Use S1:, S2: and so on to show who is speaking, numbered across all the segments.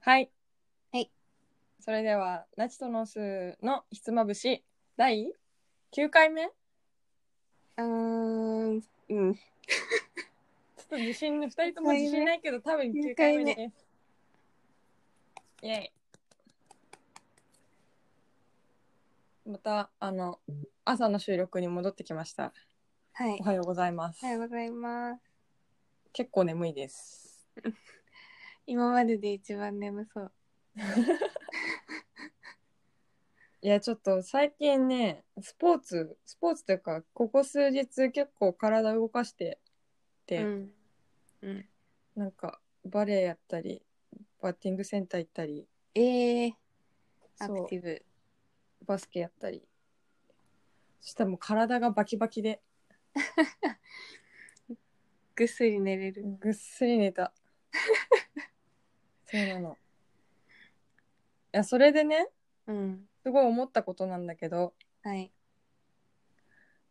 S1: はい。
S2: はい。
S1: それでは、ナチとノスのひつまぶし、第9回目ち
S2: うーん、うん。
S1: ょっと自信、2人とも自信ないけど、多分9回目です。イェイ。また、あの、朝の収録に戻ってきました。
S2: はい
S1: お。はようございます
S2: おは。ようございます。
S1: 結構眠いです。
S2: 今までで一番眠そう。
S1: いやちょっと最近ねスポーツスポーツというかここ数日結構体動かしてて、
S2: ん。うん。
S1: なんかバレエやったりバッティングセンター行ったり
S2: えー、アク
S1: そ
S2: ティブ。
S1: うバスケやったりそしたらもう体がバキバキで
S2: ぐっすり寝れる。
S1: ぐっすり寝 たそうなのいやそれでね
S2: うん。
S1: すごい思ったことなんだけど
S2: はい。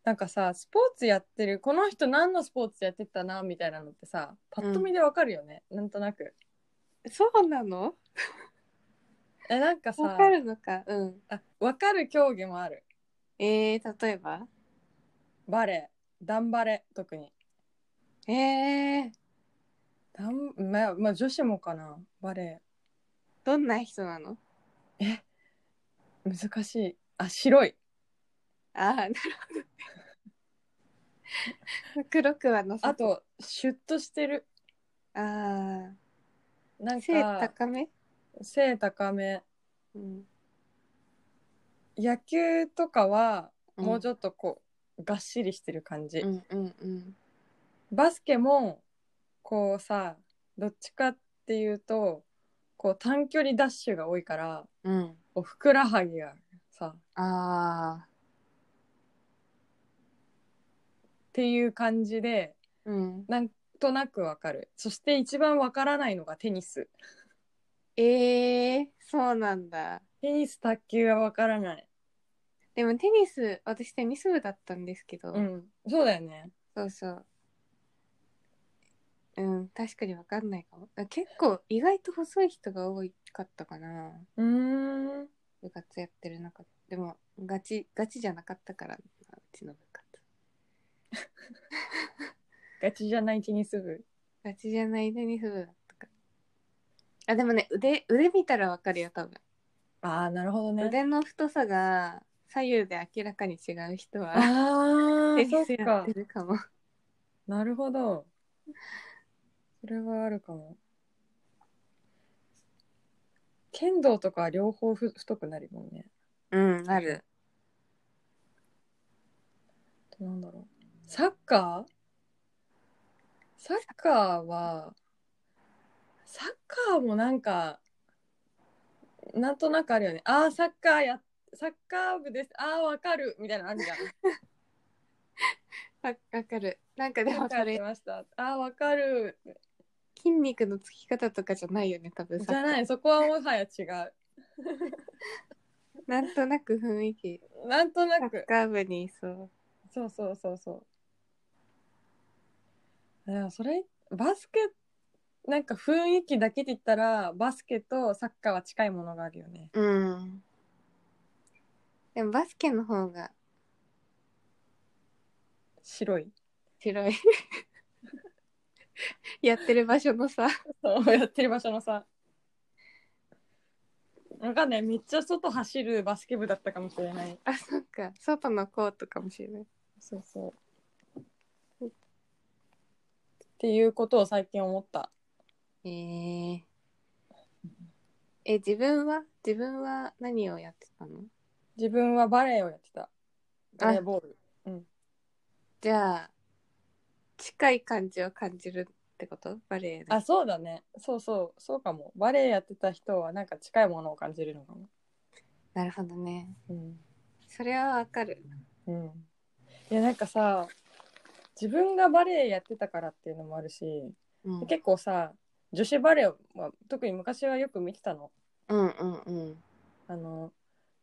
S1: なんかさスポーツやってるこの人何のスポーツやってたなみたいなのってさパッと見でわかるよね、なんとなく
S2: そうなの
S1: えなんかさ
S2: わかるのか。うん。
S1: あわかる競技もある
S2: えー、例えば
S1: バレエダンバレ特に
S2: えー、
S1: ダン、まあ、まあ女子もかなバレ
S2: どんな人なの
S1: エ難しいあ白い
S2: あー、なるほど。 黒くはのさ
S1: あ、とシュッとしてる
S2: あ
S1: な
S2: ー、
S1: ん
S2: 背
S1: か
S2: 高め
S1: 背高め
S2: うん。
S1: 野球とかはもうち
S2: ょっ
S1: ょっとこう、がっしりしてる感じ、
S2: うんうんうん。
S1: バスケもこうさどっちかっていうとこう短距離ダッシュが多いから
S2: うん。
S1: こうふくらはぎがさっ
S2: あ
S1: ていう感じで
S2: ー、うん。
S1: なんとなくわかるそして一番わからないのがテニス
S2: えー、そうなんだ。
S1: テニス卓球はわからない
S2: でもテニス、私テニス部だったんですけど、
S1: うんそうだよね
S2: そうそう。うん、確かに分かんないかも。結構意外と細い人が多かったかな。
S1: うーん
S2: 部活やってる中で。でも、ガチ、ガチじゃなかったから、うちの部活。
S1: ガチじゃないテニス部
S2: ガチじゃないテニス部だったから。あ、でもね、腕、腕見たら分かるよ、多分。
S1: ああなるほどね
S2: 腕の太さが左右で明らかに違う人は、
S1: あ
S2: テ
S1: あそ
S2: ニ
S1: っ
S2: スや
S1: か
S2: ってるかも。
S1: なるほどそれはあるかも剣道とかは両方ふ太くなるもんね
S2: うん、ある。
S1: あとなんだろうサッカーサッカーはサッカーもなんかなんとなくあるよねあーサッカーやサッカー部ですあーわかるみたいなのある じゃん
S2: わわかる。なんかで
S1: サ
S2: も
S1: ッカーや
S2: そ
S1: って
S2: れ
S1: ましたあーわかる
S2: 筋肉のつき方とかじゃないよね多分
S1: じゃないいそこはもはや違う
S2: なんとなく雰囲気
S1: なんと
S2: サ
S1: な
S2: ッ
S1: く
S2: カー部にいそう
S1: そうそうそうそうでもそれバスケなんか雰囲気だけで言ったらバスケとサッカーは近いものがあるよね
S2: うんでもバスケの方が
S1: 白い
S2: 白い やってる場所のさ
S1: そうやってる場所のさわかんないめっちゃ外走るバスケ部だったかもしれない
S2: あそっか外のコートかもしれない
S1: そうそうっていうことを最近思った
S2: えー、え自分は自分は何をやってたの
S1: 自分はバレエをやってたバレーボール
S2: じゃあ近い感じを感じるってことバレエで
S1: あそうだねそうそうそうかもバレエやってた人はなんか近いものを感じるのかも
S2: なるほどね
S1: うん、
S2: それはわかる
S1: うん、いやなんかさ自分がバレエやってたからっていうのもあるし
S2: うん
S1: 結構さ女子バレエは特に昔はよく見てたの
S2: うんうんうん
S1: あの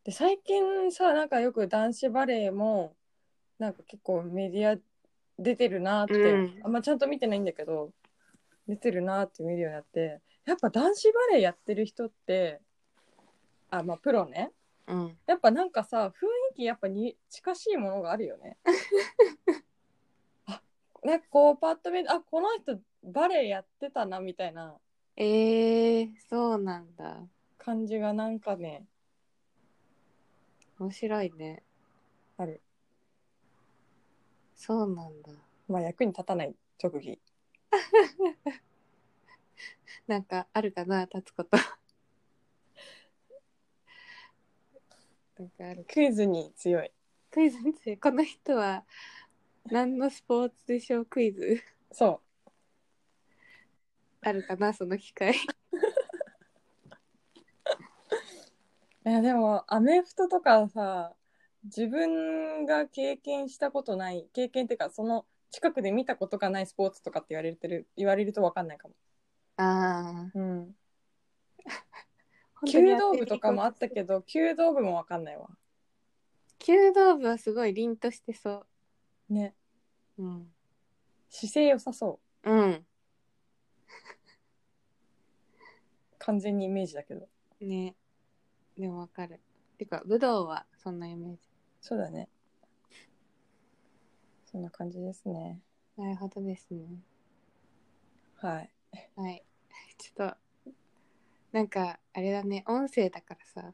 S1: で最近さなんかよく男子バレエもなんか結構メディア出てるなって、
S2: うん
S1: あんまちゃんと見てないんだけど出てるなって見るようになってやっぱ男子バレーやってる人ってあまあプロね
S2: うん。
S1: やっぱなんかさ雰囲気やっぱに近しいものがあるよ ね。あねこうパッと見あこの人バレエやってたなみたいな
S2: えー、そうなんだ。
S1: 感じがなんかね
S2: 面白いね。
S1: ある
S2: そうなんだ。
S1: まあ役に立たない特技
S2: なんかあるかな、立つこと。 なんかある。
S1: クイズに強い
S2: クイズについて、この人は何のスポーツでしょうクイズ。
S1: そ
S2: あるかな、その機会。
S1: ういやでもアメフトとかさ自分が経験したことない経験っていうかその近くで見たことがないスポーツとかって言われてる言われると分かんないかも、
S2: ああ。
S1: うん、
S2: 本当に
S1: 弓
S2: や
S1: 道
S2: ってみ
S1: 部とかもあったけど弓道部も分かんないわ
S2: 弓道部はすごい凛としてそ
S1: ね
S2: う。うん。
S1: 姿勢良さそ
S2: うん。
S1: う完全にイメージだけど
S2: ね。でもわかる。てか、武道はそんなイメージ。
S1: そうだねそんな感じですね
S2: なるほどですね。
S1: はい
S2: はい。 ちょっと、なんか、あれだね、音声だからさ、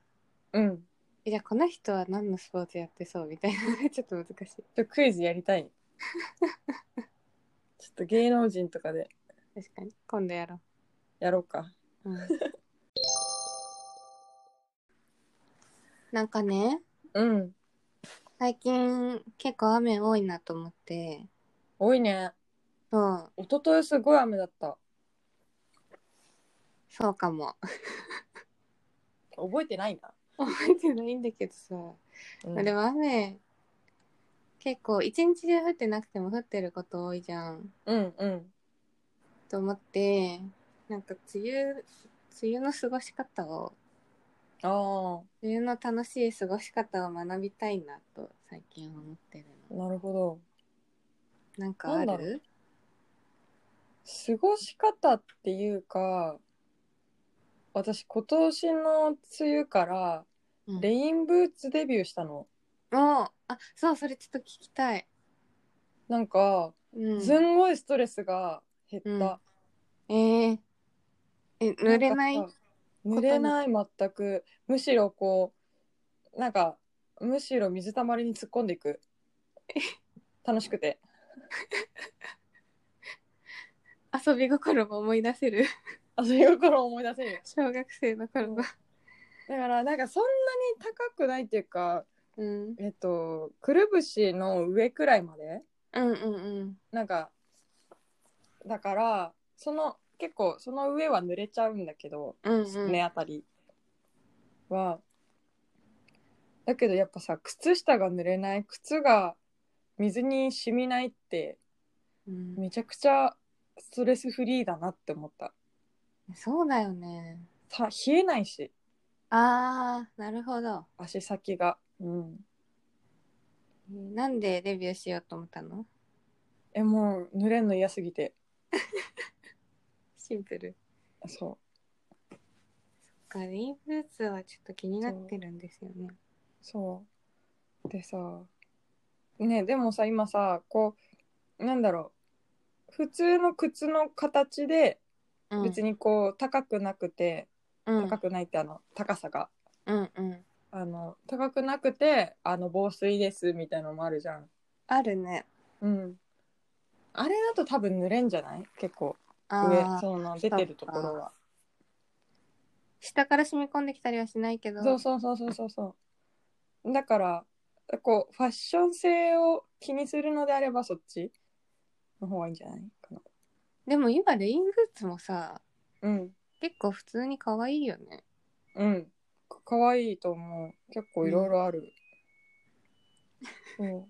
S1: うん
S2: えじゃあこの人は何のスポーツやってそうみたいな、ちょっと難しい。
S1: ちょっとクイズやりた いちょっと芸能人とかで
S2: 確かに。今度やろ
S1: やろうか
S2: う。うん、なんかね、
S1: うん
S2: 最近結構雨多いなと思って、
S1: 多いね
S2: そう、
S1: 一昨日すごい雨だった
S2: そうかも。
S1: 覚えてないな、
S2: 覚えてないんだけどさ、
S1: うん
S2: でも雨、結構一日中降ってなくても降ってること多いじゃん。
S1: うんうん
S2: と思ってなんか梅雨梅雨の過ごし方を
S1: あ
S2: 梅雨の楽しい過ごし方を学びたいなと最近思ってる
S1: あ
S2: の
S1: なるほど
S2: なんかあ
S1: なんだろ
S2: る
S1: 過ごし方っていうか私今年の梅雨から
S2: うん
S1: レインブーツデビューしたの、
S2: おうあそうそれちょっと聞きたい、
S1: なんか
S2: うん、
S1: すんごいストレスが減った、
S2: うんえー、え濡れない
S1: んかさ濡れない全くむしろこうなんかむしろ水たまりに突っ込んでい く楽しくて
S2: 遊び心も思い出せる
S1: あそういう頃を思い出せるよ
S2: 小学生の頃は
S1: だからなんかそんなに高くないっていうか
S2: うん
S1: えっとくるぶしの上くらいまで
S2: うんうんうん
S1: なんかだからその結構その上は濡れちゃうんだけど、
S2: うんうん
S1: ねあたりはだけどやっぱさ靴下が濡れない靴が水に染みないって
S2: うん、
S1: めちゃくちゃストレスフリーだなって思った
S2: そうだよね
S1: さ冷えないし
S2: あーなるほど
S1: 足先がうん
S2: えーなんでデビューしようと思ったの
S1: えもう濡れんの嫌すぎて
S2: シンプル
S1: そ
S2: かレインブーツはちょっと気になってるんですよね。
S1: うそうでさねでもさ今さこうなんだろう普通の靴の形で別
S2: に、
S1: にこう高くなくて、
S2: うん、
S1: 高くないってあの高さが
S2: うんうん
S1: あの高くなくてあの防水ですみたいのもあるじゃん。
S2: あるね。
S1: うん。あれだと多分濡れんじゃない結構
S2: あ
S1: 上
S2: あ
S1: その出てるところは。
S2: 下から染み込んできたりはしないけど。
S1: そうそうそうそうそうそう。だからこうファッション性を気にするのであればそっちの方がいいんじゃないかな。
S2: でも今レインブーツもさ
S1: うん
S2: 結構普通に可愛いよね。
S1: うん。か可愛いと思う。結構いろいろある。そう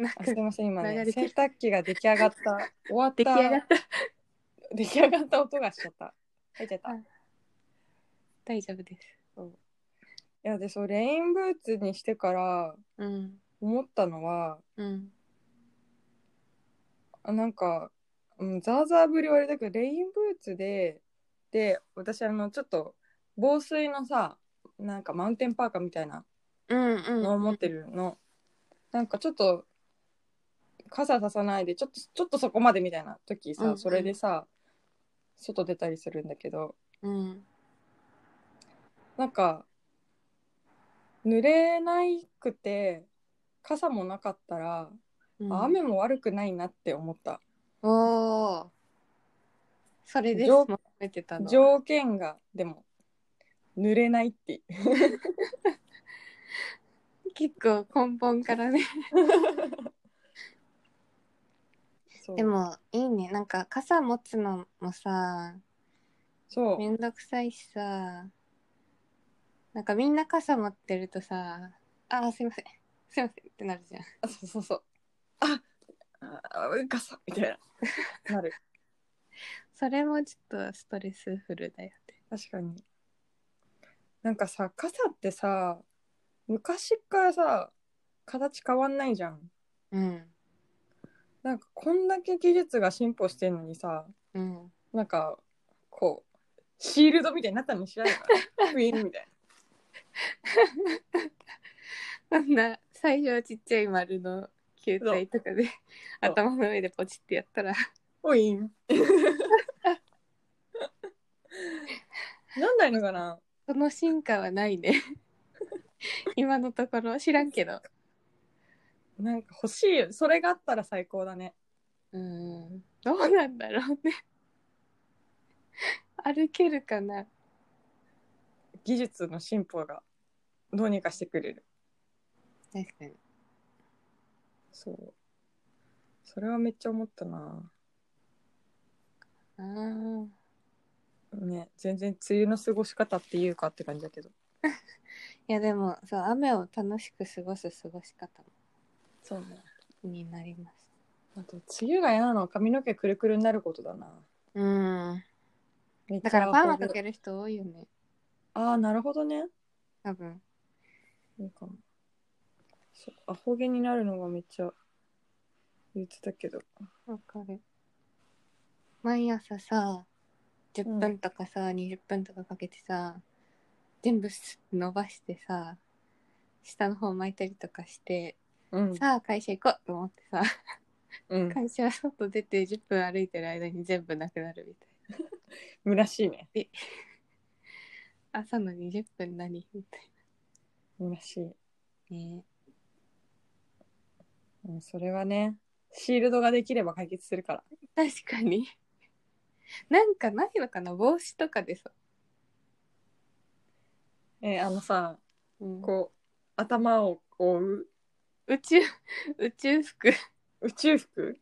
S2: なん
S1: あ
S2: か
S1: すいません今
S2: 流
S1: ね
S2: れて
S1: 洗
S2: る
S1: 濯機が出来上がった終わっ
S2: 出来上
S1: た
S2: が った。
S1: 出来上がった音がしちゃった入っちゃった、
S2: はい
S1: い、
S2: 大丈夫です。
S1: やでそうレインブーツにしてから
S2: うん
S1: 思ったのは
S2: うん
S1: あなんかうん、ザーザーぶりはあれだけどレインブーツでで私あのちょっと防水のさなんかマウンテンパーカーみたいな
S2: うんうん
S1: のを持ってるの、なんかちょっと傘ささないでちょっとちょっとそこまでみたいな時さ、
S2: うんうん
S1: それでさ外出たりするんだけど
S2: うん
S1: なんか濡れないくて傘もなかったら、
S2: うん
S1: あ雨も悪くないなって思った
S2: おおそれです
S1: 上
S2: 求めてたの
S1: 条件がでも濡れないっていう
S2: 結構根本からね
S1: そう
S2: でもいいねなんか傘持つのもさ
S1: そう
S2: めんどくさいしさなんかみんな傘持ってるとさあーすいませんすいませんってなるじゃん
S1: あそうそうそうああガサみたいななる
S2: それもちょっとストレスフルだよね
S1: 確かになんかさ傘ってさ昔からさ形変わんないじゃん
S2: うん
S1: なんかこんだけ技術が進歩してんのにさ
S2: うん
S1: なんかこうシールドみたいになったの知らないから ウィンみたい
S2: あんな最初はちっちゃい丸の球体とかで
S1: そう
S2: 頭の上でポチってやったら
S1: なウィンなんないのかな
S2: その進化はな いね今のところ知らんけど
S1: なんか欲しいよそれがあったら最高だね
S2: うんどうなんだろうね 歩けるかな
S1: 技術の進歩がどうにかしてくれる
S2: 確かに
S1: そうそれはめっちゃ思ったな
S2: あー
S1: ね全然梅雨の過ごし方っていうかって感じだけど
S2: いやでもそう雨を楽しく過ごす過ごし方も
S1: そうね
S2: 気になります
S1: あと梅雨が嫌なのは髪の毛くるくるになることだな
S2: うん
S1: めっちゃ
S2: だからパーマ
S1: 憧れ
S2: かける人多いよね
S1: ああなるほどね
S2: 多分
S1: いいかもそうアホ毛になるのがめっちゃ言ってたけど
S2: わかる毎朝さ10分とかさ、20分とかかけてさ全部スッ伸ばしてさ下の方巻いたりとかして、
S1: うん
S2: さあ会社行こうと思ってさ
S1: うん
S2: 会社外出て10分歩いてる間に全部なくなるみたい
S1: 村しいね
S2: な朝の20分何みたい
S1: 村しい、
S2: なね
S1: うん、それはねシールドができれば解決するから
S2: 確かになんかないのかな帽子とかでさ、
S1: えーあのさ
S2: うん
S1: こう頭を覆う
S2: 宇宙宇宙服
S1: 宇宙服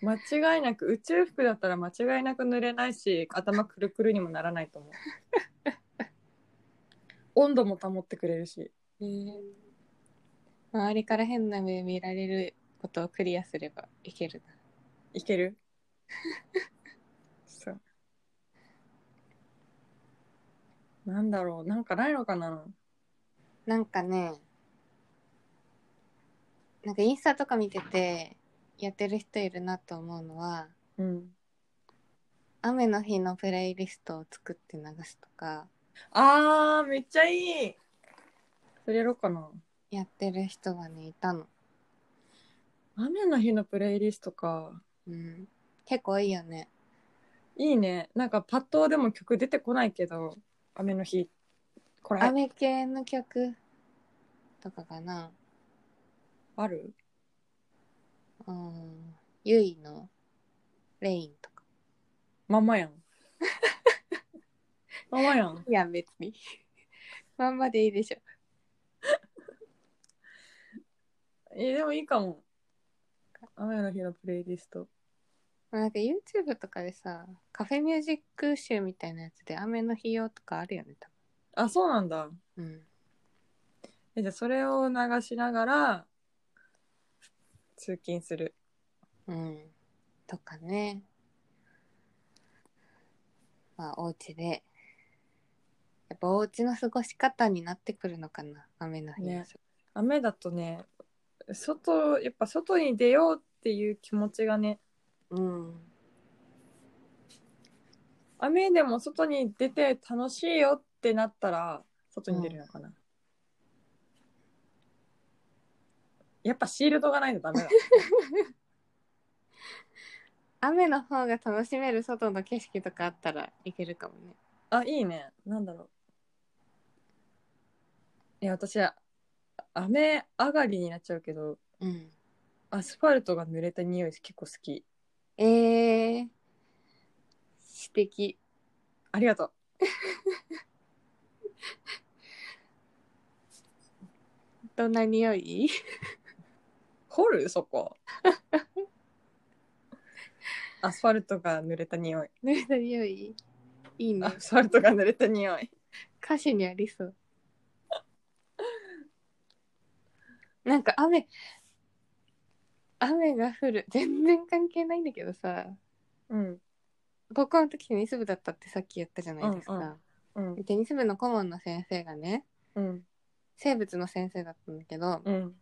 S1: 間違いなく宇宙服だったら間違いなく濡れないし頭くるくるにもならないと思う温度も保ってくれるし
S2: 周りから変な目見られることをクリアすればいける
S1: いける そうなんだろうなんかないのかな
S2: ななんかねなんかインスタとか見ててやってる人いるなと思うのは
S1: うん
S2: 雨の日のプレイリストを作って流すとか
S1: あーめっちゃいいそれやろうかな
S2: やってる人がねいたの、
S1: 雨の日のプレイリストか
S2: うん、結構いいよね
S1: いいねなんかパッとでも曲出てこないけど雨の日これ
S2: 雨系の曲とかかな
S1: ある
S2: うんゆいのレインとか
S1: まんまやん まんまやん
S2: いや別に まんまでいいでしょ
S1: えでもいいかも雨の日のプレイリスト
S2: なんか YouTube とかでさカフェミュージック集みたいなやつで雨の日用とかあるよね多
S1: あそうなんだ
S2: 分うん
S1: えじゃあそれを流しながら通勤する
S2: うん、とかね。まあ、お家で。やっぱお家の過ごし方になってくるのかな、雨の日の
S1: ね雨だとね外やっぱ外に出ようっていう気持ちがね
S2: うん。
S1: 雨でも外に出て楽しいよってなったら外に出るのかな、やっぱシールドがないとダメだ
S2: 雨の方が楽しめる外の景色とかあったらいけるかもね。
S1: あいいねなんだろういや私あ雨上がりになっちゃうけど
S2: うん。
S1: アスファルトが濡れた匂い結構好き
S2: えー、素敵。
S1: ありがとう
S2: どんな匂い
S1: 掘るそこアスファルトが濡れた匂い
S2: どんな匂いいい
S1: ア
S2: ね。
S1: スファルトが濡れた匂い
S2: 歌詞にありそう。 なんか雨、雨が降る。全然関係ないんだけどさ、
S1: うん
S2: 高校の時テニス部だったってさっき言ったじゃないですか。
S1: うんうん
S2: でテニス部の顧問の先生がね、
S1: うん
S2: 生物の先生だったんだけど、
S1: うん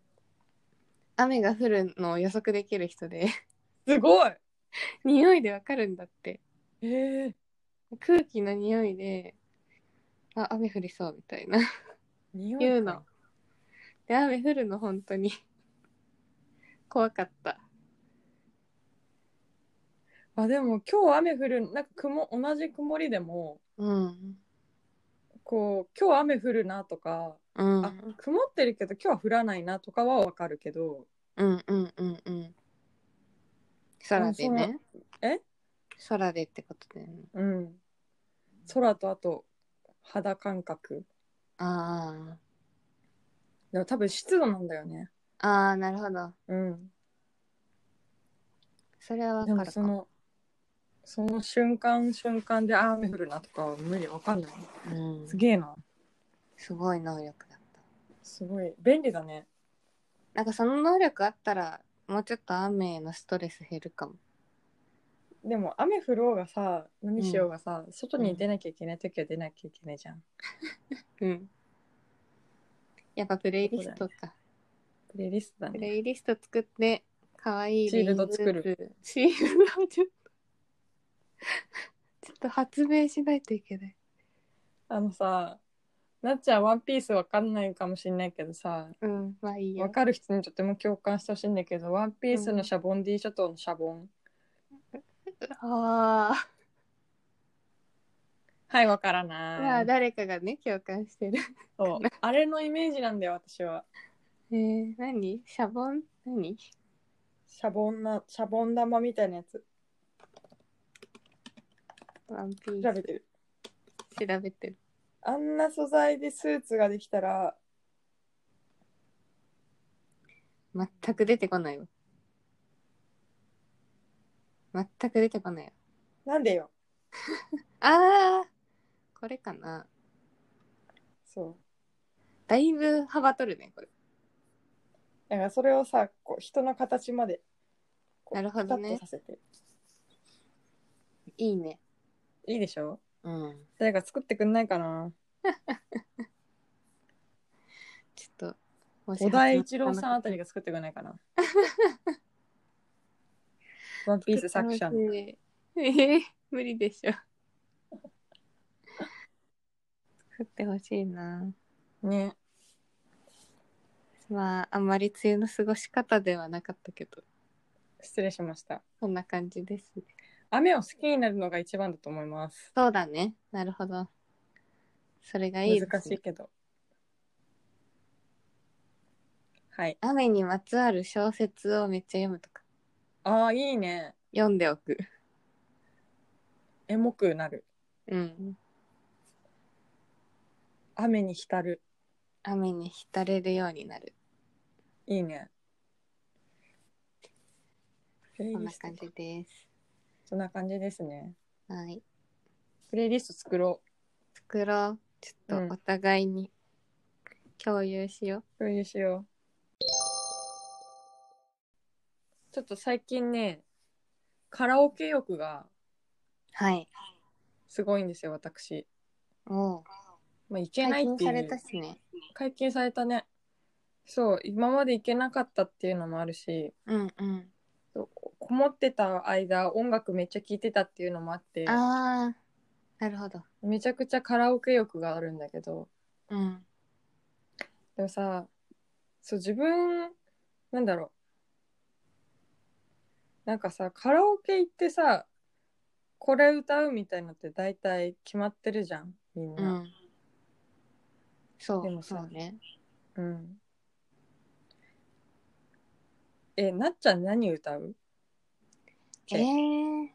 S2: 雨が降るのを予測できる人で
S1: すごい
S2: 匂いでわかるんだって
S1: ええ
S2: 空気の匂いであ雨降りそうみたいな
S1: 匂いか
S2: 言うので雨降るの本当に 怖かった
S1: あでも今日雨降るなんか雲同じ曇りでも
S2: うん
S1: こう今日雨降るなとか、
S2: うん
S1: あ曇ってるけど今日は降らないなとかはわかるけど
S2: うんうんうんうん空でね
S1: え
S2: 空でってことだよね
S1: うん空とあと肌感覚
S2: あ
S1: でも多分湿度なんだよね
S2: あああなるほど
S1: うん
S2: それはわ
S1: で
S2: か
S1: も
S2: る
S1: そ
S2: かも
S1: のその瞬間瞬間であ雨降るなとかは無理わかんない
S2: うん
S1: すげえな
S2: すごい能力だった
S1: すごい便利だね
S2: なんかその能力あったらもうちょっと雨のストレス減るかも
S1: でも雨降ろうがさ何しようがさ、外に出なきゃいけない時は出なきゃいけないじゃん、
S2: うん。やっぱプレイリストか。
S1: プレイリストだ
S2: プ
S1: ね
S2: レイリスト作って、かわいい
S1: シールド
S2: レイン
S1: 作る
S2: ブーツ。シールドをちょっと、 ちょっと発明しないといけない。
S1: あのさなっちゃんワンピースわかんないかもしんないけどさ
S2: うん、まあいい
S1: わ
S2: よ。
S1: かる人にとても共感してほしいんだけどワンピース
S2: う
S1: の
S2: ん
S1: シャボンディ諸島のシャボン、
S2: あ
S1: はいわから
S2: あ。ま
S1: な
S2: あ
S1: い
S2: 誰かがね、共感してる。
S1: そうあれのイメージなんだよ私は
S2: えー、何シャボン何
S1: シャボンなシャボン玉みたいなやつ
S2: ワンピ
S1: 調
S2: ー
S1: べてる
S2: ス調べてる。
S1: あんな素材でスーツができたら
S2: 全く出てこないわ。全く出てこないわ。
S1: なんでよ
S2: ああこれかな。
S1: そう
S2: だいぶ幅取るね、これ。
S1: だからそれをさこう人の形までこう
S2: なるほどね
S1: ピタッとさせて
S2: いいね。
S1: いいでしょ
S2: うん。
S1: 誰か作ってくんないかな
S2: ちょっと、も
S1: 小田栄一郎さんあたりが作ってくんない かなワンピース作者の。
S2: えー、無理でしょ。作ってほしいな。
S1: ね
S2: まあ、あんまり梅雨の過ごし方ではなかったけど、
S1: 失礼しました
S2: こんな感じですね。
S1: 雨を好きになるのが一番だと思います
S2: そうだね。なるほど。それがいいです、ね。
S1: 難しいけどはい
S2: 雨にまつわる小説をめっちゃ読むとか、
S1: ああいいね
S2: 読んでおく。
S1: エモくなる
S2: うん。
S1: 雨に浸る
S2: 雨に浸れるようになる。
S1: いいねプレイ
S2: こん
S1: リ
S2: な
S1: スト
S2: 感じです。
S1: そんな感じですね
S2: はい。
S1: プレイリスト作ろ
S2: 作ろう。ちょっ
S1: うん
S2: とお互いに共有しよう。
S1: う共有しようちょっと最近ねカラオケ欲が
S2: はい。
S1: すごいんですよ私、
S2: おう。
S1: まあ、いけない
S2: 解
S1: っ
S2: 禁
S1: ていう
S2: されたしね。
S1: 解禁されたねそう今まで行けなかったっていうのもあるし
S2: うんうん。
S1: そこもってた間音楽めっちゃ聴いてたっていうのもあって
S2: あー、なるほど。
S1: めちゃくちゃカラオケ欲があるんだけど
S2: うん。
S1: でもさそう自分なんだろうなんかさカラオケ行ってさこれ歌うみたいのって大体決まってるじゃんみん
S2: う
S1: な。
S2: ん。そう、
S1: でもさ
S2: そうね。
S1: うんえなっちゃん何歌う
S2: えー、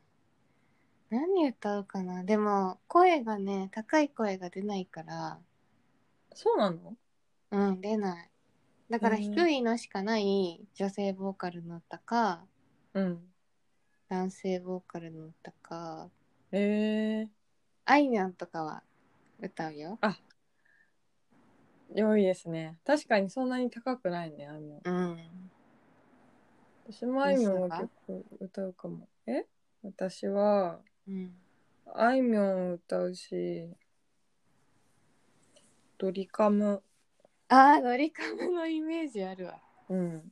S2: 何歌うかなでも、声がね、高い声が出ないから、
S1: そうなの
S2: うん、出ない。だから
S1: えー
S2: 低いのしかない女性ボーカルの歌か、
S1: うん。
S2: 男性ボーカルの歌か、
S1: え
S2: あいみょんとかは歌うよ。
S1: ー、良いですね。確かにそんなに高くないね、あいみょん。
S2: うん。
S1: 私もあいみょんは結構歌うかも。え私は、
S2: うん。
S1: あいみょん歌うし、ドリカム。
S2: ああ、ドリカムのイメージあるわ。
S1: うん。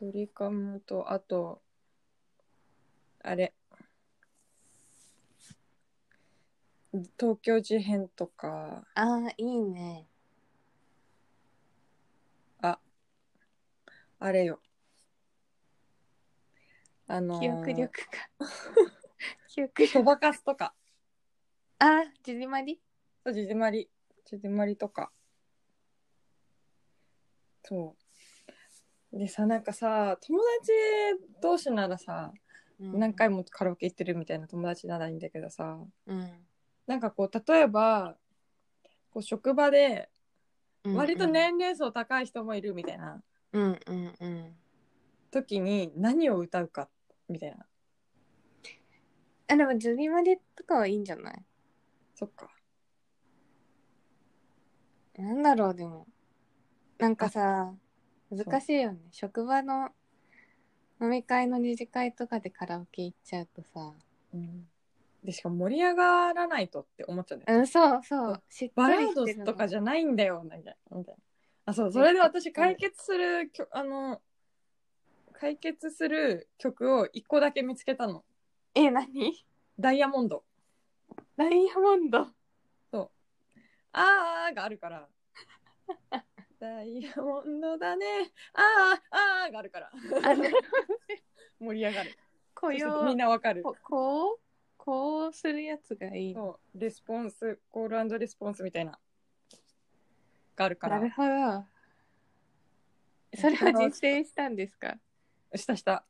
S1: ドリカムと、あと、あれ。東京事変とか、
S2: ああ、いいね。
S1: あれよ。あのー、
S2: 記憶力か。 記憶力。
S1: そばかすとか。
S2: ああ、縮まり
S1: そう、ジジマリ。ジジマリとか。そう。でさ、なんかさ、友達同士ならさ、何回もカラオケ行ってるみたいな友達ならいいんだけどさ、
S2: うん。
S1: なんかこう、例えば、こう職場で、
S2: うん
S1: 割と。年齢層高い人もいるみたいな
S2: うんうんうん。
S1: 時に何を歌うか、みたいな。
S2: あ、でも、ジュリマリとかはいいんじゃない
S1: そっか。
S2: なんだろう、でも。なんかさ、難しいよね。職場の飲み会の二次会とかでカラオケ行っちゃうとさ。
S1: うん。で、しかも盛り上がらないとって思っちゃうんだよね
S2: うん、そうそ
S1: そう
S2: う。しっ
S1: バ
S2: と
S1: ラ
S2: り
S1: ー
S2: し
S1: ド
S2: てるの
S1: とかじゃないんだよ、なんかみたいな。あ、そう、それで私解決する曲、あの、解決する曲を一個だけ見つけたの。
S2: え、何
S1: ダイヤモンド。
S2: ダ イヤモンド。
S1: あーあーがある から。ダイヤモンドだね。あーあーがあるから。
S2: あ の、
S1: 盛り上がる。
S2: こ
S1: そう
S2: う
S1: するとみんなわかる。
S2: ここうこうするやつがいいの
S1: そう、レスポンス、コールレスポンスみたいな。があるか
S2: な
S1: ら
S2: る。ほどそれは実践したんですか
S1: したした。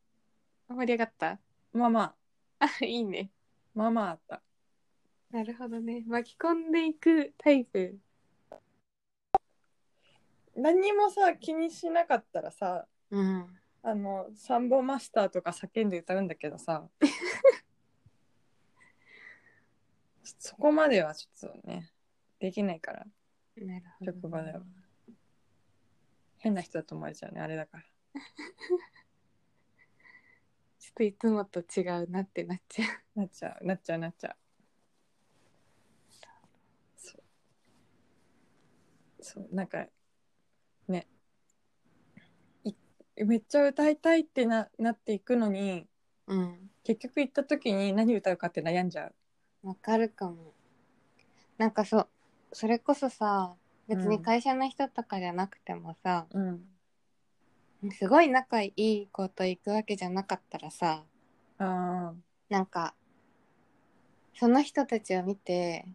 S2: 盛り上がった
S1: まあまあ、
S2: あいいね
S1: まあまああった。
S2: なるほどね巻き込んでいくタイプ
S1: 何もさ、気にしなかったらさ、
S2: うん
S1: あのサンボマスターとか叫んで歌うんだけど さそこまではちょっとねできないから
S2: なるほど
S1: 職場では変な人だと思われちゃうねあれだから
S2: ちょっといつもと違うなってなっちゃう
S1: なっちゃうなっちゃうなっちゃうそうそうなんかねいめっちゃ歌いたいってななっていくのに
S2: うん
S1: 結局行った時に何歌うかって悩んじゃう
S2: わかるかもなんかそうそれこそさ別に会社の人とかじゃなくてもさ、
S1: うん
S2: すごい仲いい子と行くわけじゃなかったらさ
S1: ああ
S2: なんかその人たちを見て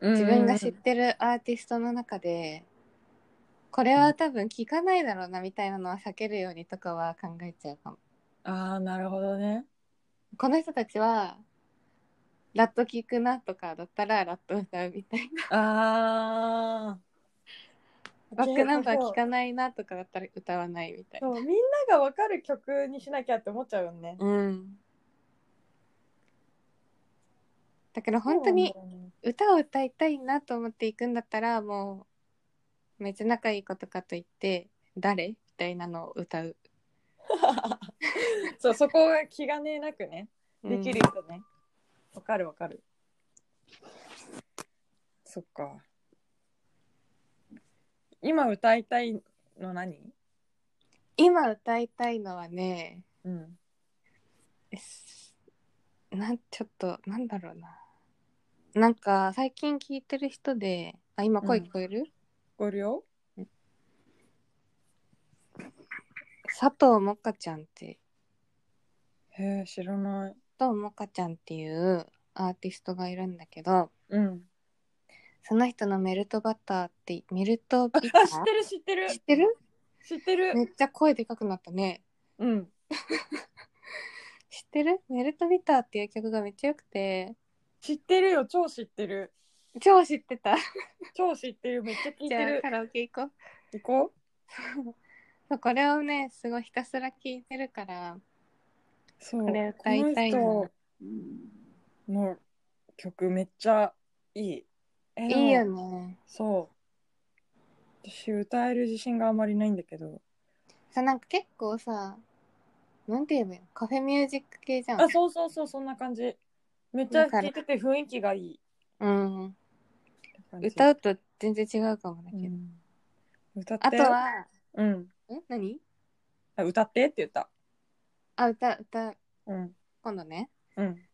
S1: 自
S2: 自分が知ってるアーティストの中で、これは多分聞かないだろうなみたいなのは避けるようにとかは考えちゃうかも
S1: ああなるほど ね
S2: この人たちはラット聞くなとかだったらラット歌うみた いな
S1: ああ
S2: バックナンバー聞かないなとかだったら歌わないみたいな
S1: そうみんながわかる曲にしなきゃって思っちゃうよね
S2: うんだけど本当に歌を歌いたいなと思って行くんだったらもうめっちゃ仲いい子とかと言って誰みたいなのを歌う、
S1: そうそこが気兼ねなくねできる人ねわ、かるわかるそっか今歌いたいの何
S2: 今歌いたいのはね
S1: うん。
S2: えすなんちょっとなんだろうななんか最近聞いてる人であ今声聞こえる、
S1: ご利用
S2: 佐藤もかちゃんって
S1: へえ、知らない。
S2: 佐藤もかちゃんっていうアーティストがいるんだけど
S1: うん。
S2: その人のメルトバターってメルトビ タ
S1: あ、知
S2: ー
S1: ってる、知ってる
S2: 知。ってる
S1: 知ってる。
S2: めっちゃ声でかくなったね
S1: うん。
S2: 知ってるメルトビターっていう曲がめっちゃよくて
S1: 知ってるよ、超知ってる。
S2: 超知ってた
S1: 超知ってる、めっちゃ聞い
S2: じ
S1: て
S2: ゃ
S1: る
S2: あカ。ラオケ行こう
S1: 行こ
S2: そうこれをねすごいひたすら聞いてるから
S1: う。そう。
S2: これ歌いたいな
S1: この人の曲めっちゃいい。え
S2: いいよ
S1: ね。
S2: ね
S1: そう。私歌える自信があまりないんだけど。
S2: さなんか結構さなんて言えばいいのカフェミュージック系じゃん
S1: あ、そうそうそう、そんな感じ。めっちゃ聴いてて雰囲気がいい。
S2: うん、
S1: う
S2: 歌うと全然違うかもだけど、
S1: ん歌って。
S2: あとは
S1: うん。
S2: ん何
S1: あ歌ってって言った。
S2: あ歌歌
S1: うん。
S2: 今度ね
S1: うん。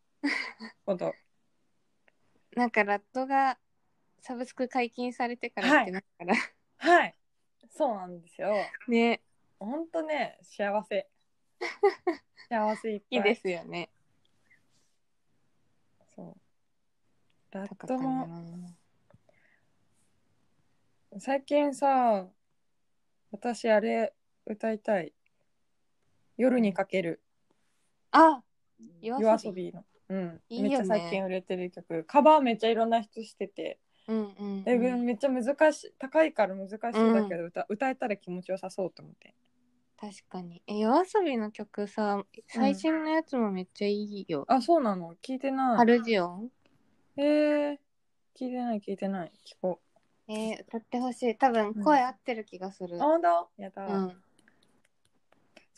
S1: 今度。
S2: なんかラットがサブスク解禁されてから
S1: はい
S2: ってなったから、
S1: はい。そうなんですよ。
S2: ね
S1: ほんとね、幸 せ。幸せいっぱい。
S2: いいですよね、
S1: そう。ラ
S2: と
S1: ッ
S2: か
S1: ト
S2: かな
S1: も、最近さ、私あれ歌いたい。夜にかける
S2: あ夜
S1: 夜遊びの。うん。
S2: いいよ
S1: め
S2: ね
S1: っちゃ最近売れてる曲。カバーめっちゃいろんな人してて。
S2: うんうん、
S1: え
S2: うん
S1: めっちゃ難しい。高いから難しいんだけど、歌歌えたら気持ちよさそうと思って。
S2: 確かにえ夜遊びの曲さ最新のやつもめっちゃいいよ、
S1: あ、そうなの聞いてない。
S2: ハルジオン
S1: えー、聞いてない聞いてない聞こ
S2: えー歌ってほしい多分声合ってる気がする
S1: うあ、ほんとやだ、
S2: うん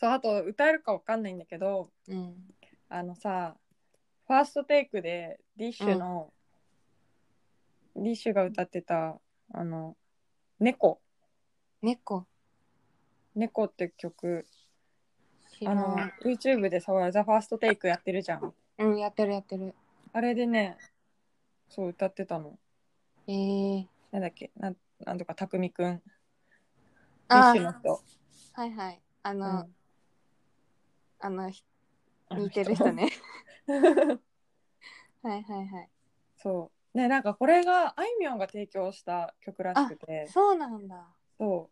S1: そうあと歌えるかわかんないんだけど
S2: うん
S1: あのさファーストテイクでディッシュの、ディッシュが歌ってたあの「猫
S2: 猫」
S1: 「猫」って曲
S2: 知ら
S1: あの
S2: ん
S1: YouTube でさ「ザ・ファーストテイクやってるじゃん
S2: うんやってるやってる
S1: あれでねそう歌ってたの
S2: えー、
S1: なんだっけなんなんとか匠くんディッ
S2: あ
S1: シュの人、
S2: はいはいあ
S1: う
S2: の、
S1: ん
S2: あのひ
S1: あの
S2: 似てる人ねはいはいは
S1: そう。ね、なんかこれがあいみょんが提供した曲らしく
S2: い
S1: て、
S2: そうなんだ
S1: そ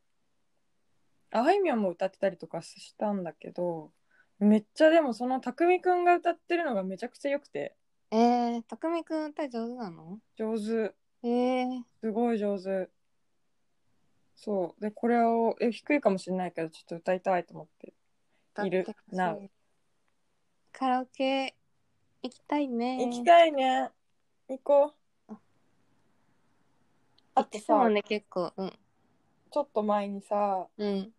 S1: う。ああいみょんも歌ってたりとかしたんだけど、めっちゃでもそのたくみくんが歌ってるのがめちゃくちゃ良くて、
S2: えー、たくみくん歌上手なの
S1: 上手。
S2: えー、
S1: すごい上手。そう。で、これを、え、低いかもしれないけど、ちょっと歌いたいと思って。いる
S2: 歌ってほしい
S1: な
S2: カラオケ行きたいね
S1: 行きたいね。行こう。あ
S2: 行
S1: と
S2: ってそう
S1: さ、
S2: ね結構うん
S1: ちょっと前にさ、
S2: うん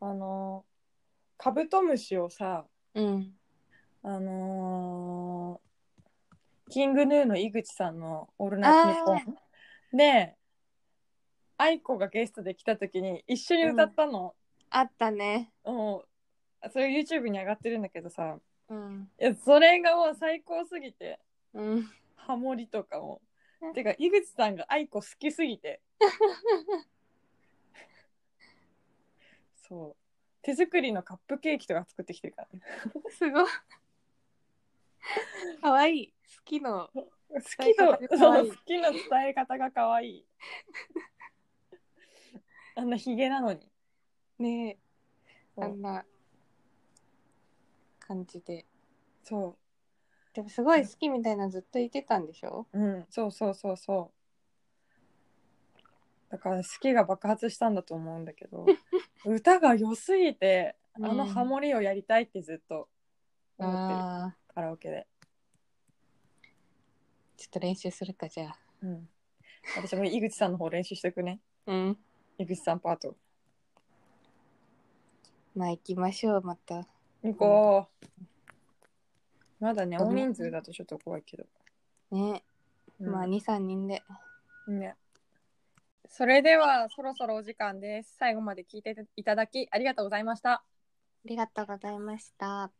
S1: あのーカブトムシをさ、
S2: うん
S1: あのーキングヌーの井口さんの「オールナイトニッポ
S2: あ
S1: ン」で愛子がゲストで来た時に一緒に歌ったの、
S2: あったね
S1: もうそれ YouTube に上がってるんだけどさ
S2: うん
S1: いやそれがもう最高すぎて
S2: うん
S1: ハモリとかもてか井口さんが愛子好きすぎ てそう手作りのカップケーキとか作ってきてるからね
S2: すごい。かわいい。好きの。
S1: 好
S2: 伝え
S1: き
S2: 方
S1: の
S2: が可
S1: そ
S2: 愛
S1: う
S2: い
S1: 好きの伝え方が可愛い あんなヒゲなのに
S2: ね
S1: そ
S2: あ
S1: うん
S2: な感じで。
S1: そ
S2: でもすごい好きみたいなのずっと言ってたんでしょ
S1: う,、うん、そうそうそうそうだから好きが爆発したんだと思うんだけ ど歌が良すぎてあのハモリをやりたいってずっと思ってる、
S2: ああ。
S1: カラオケで、
S2: ちょっと練習するかじゃあ。
S1: うん、私も井口さんの方練習してくね
S2: うん。
S1: 井口さんパート
S2: まあ行きましょう、また。
S1: 行こうまだね大人数だとちょっと怖いけど、
S2: ね、
S1: うん
S2: まあ2、3人で。
S1: ね。それではそろそろお時間です。最後まで聞いていただきありがとうございました。
S2: りがとうございました。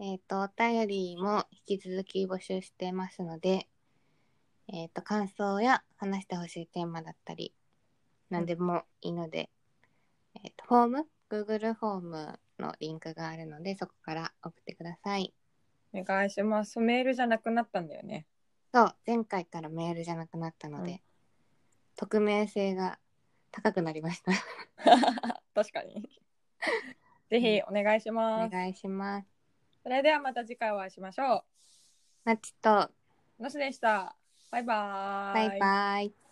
S2: えっ、と、お便りも引き続き募集してますので、えっ、と、感想や話してほしいテーマだったり、何でもいいので、えっ、と、フォーム、Google フォームのリンクがあるので、そこから送ってください。
S1: お願いしますメールじゃなくなったんだよね
S2: そう、前回からメールじゃなくなったので、
S1: うん
S2: 匿名性が高くなりました。
S1: 確かに ぜひお願いします、
S2: お願いします。
S1: それではまた次回お会いしましょ
S2: なちと、
S1: うのしでしたバイバー
S2: バイバイ。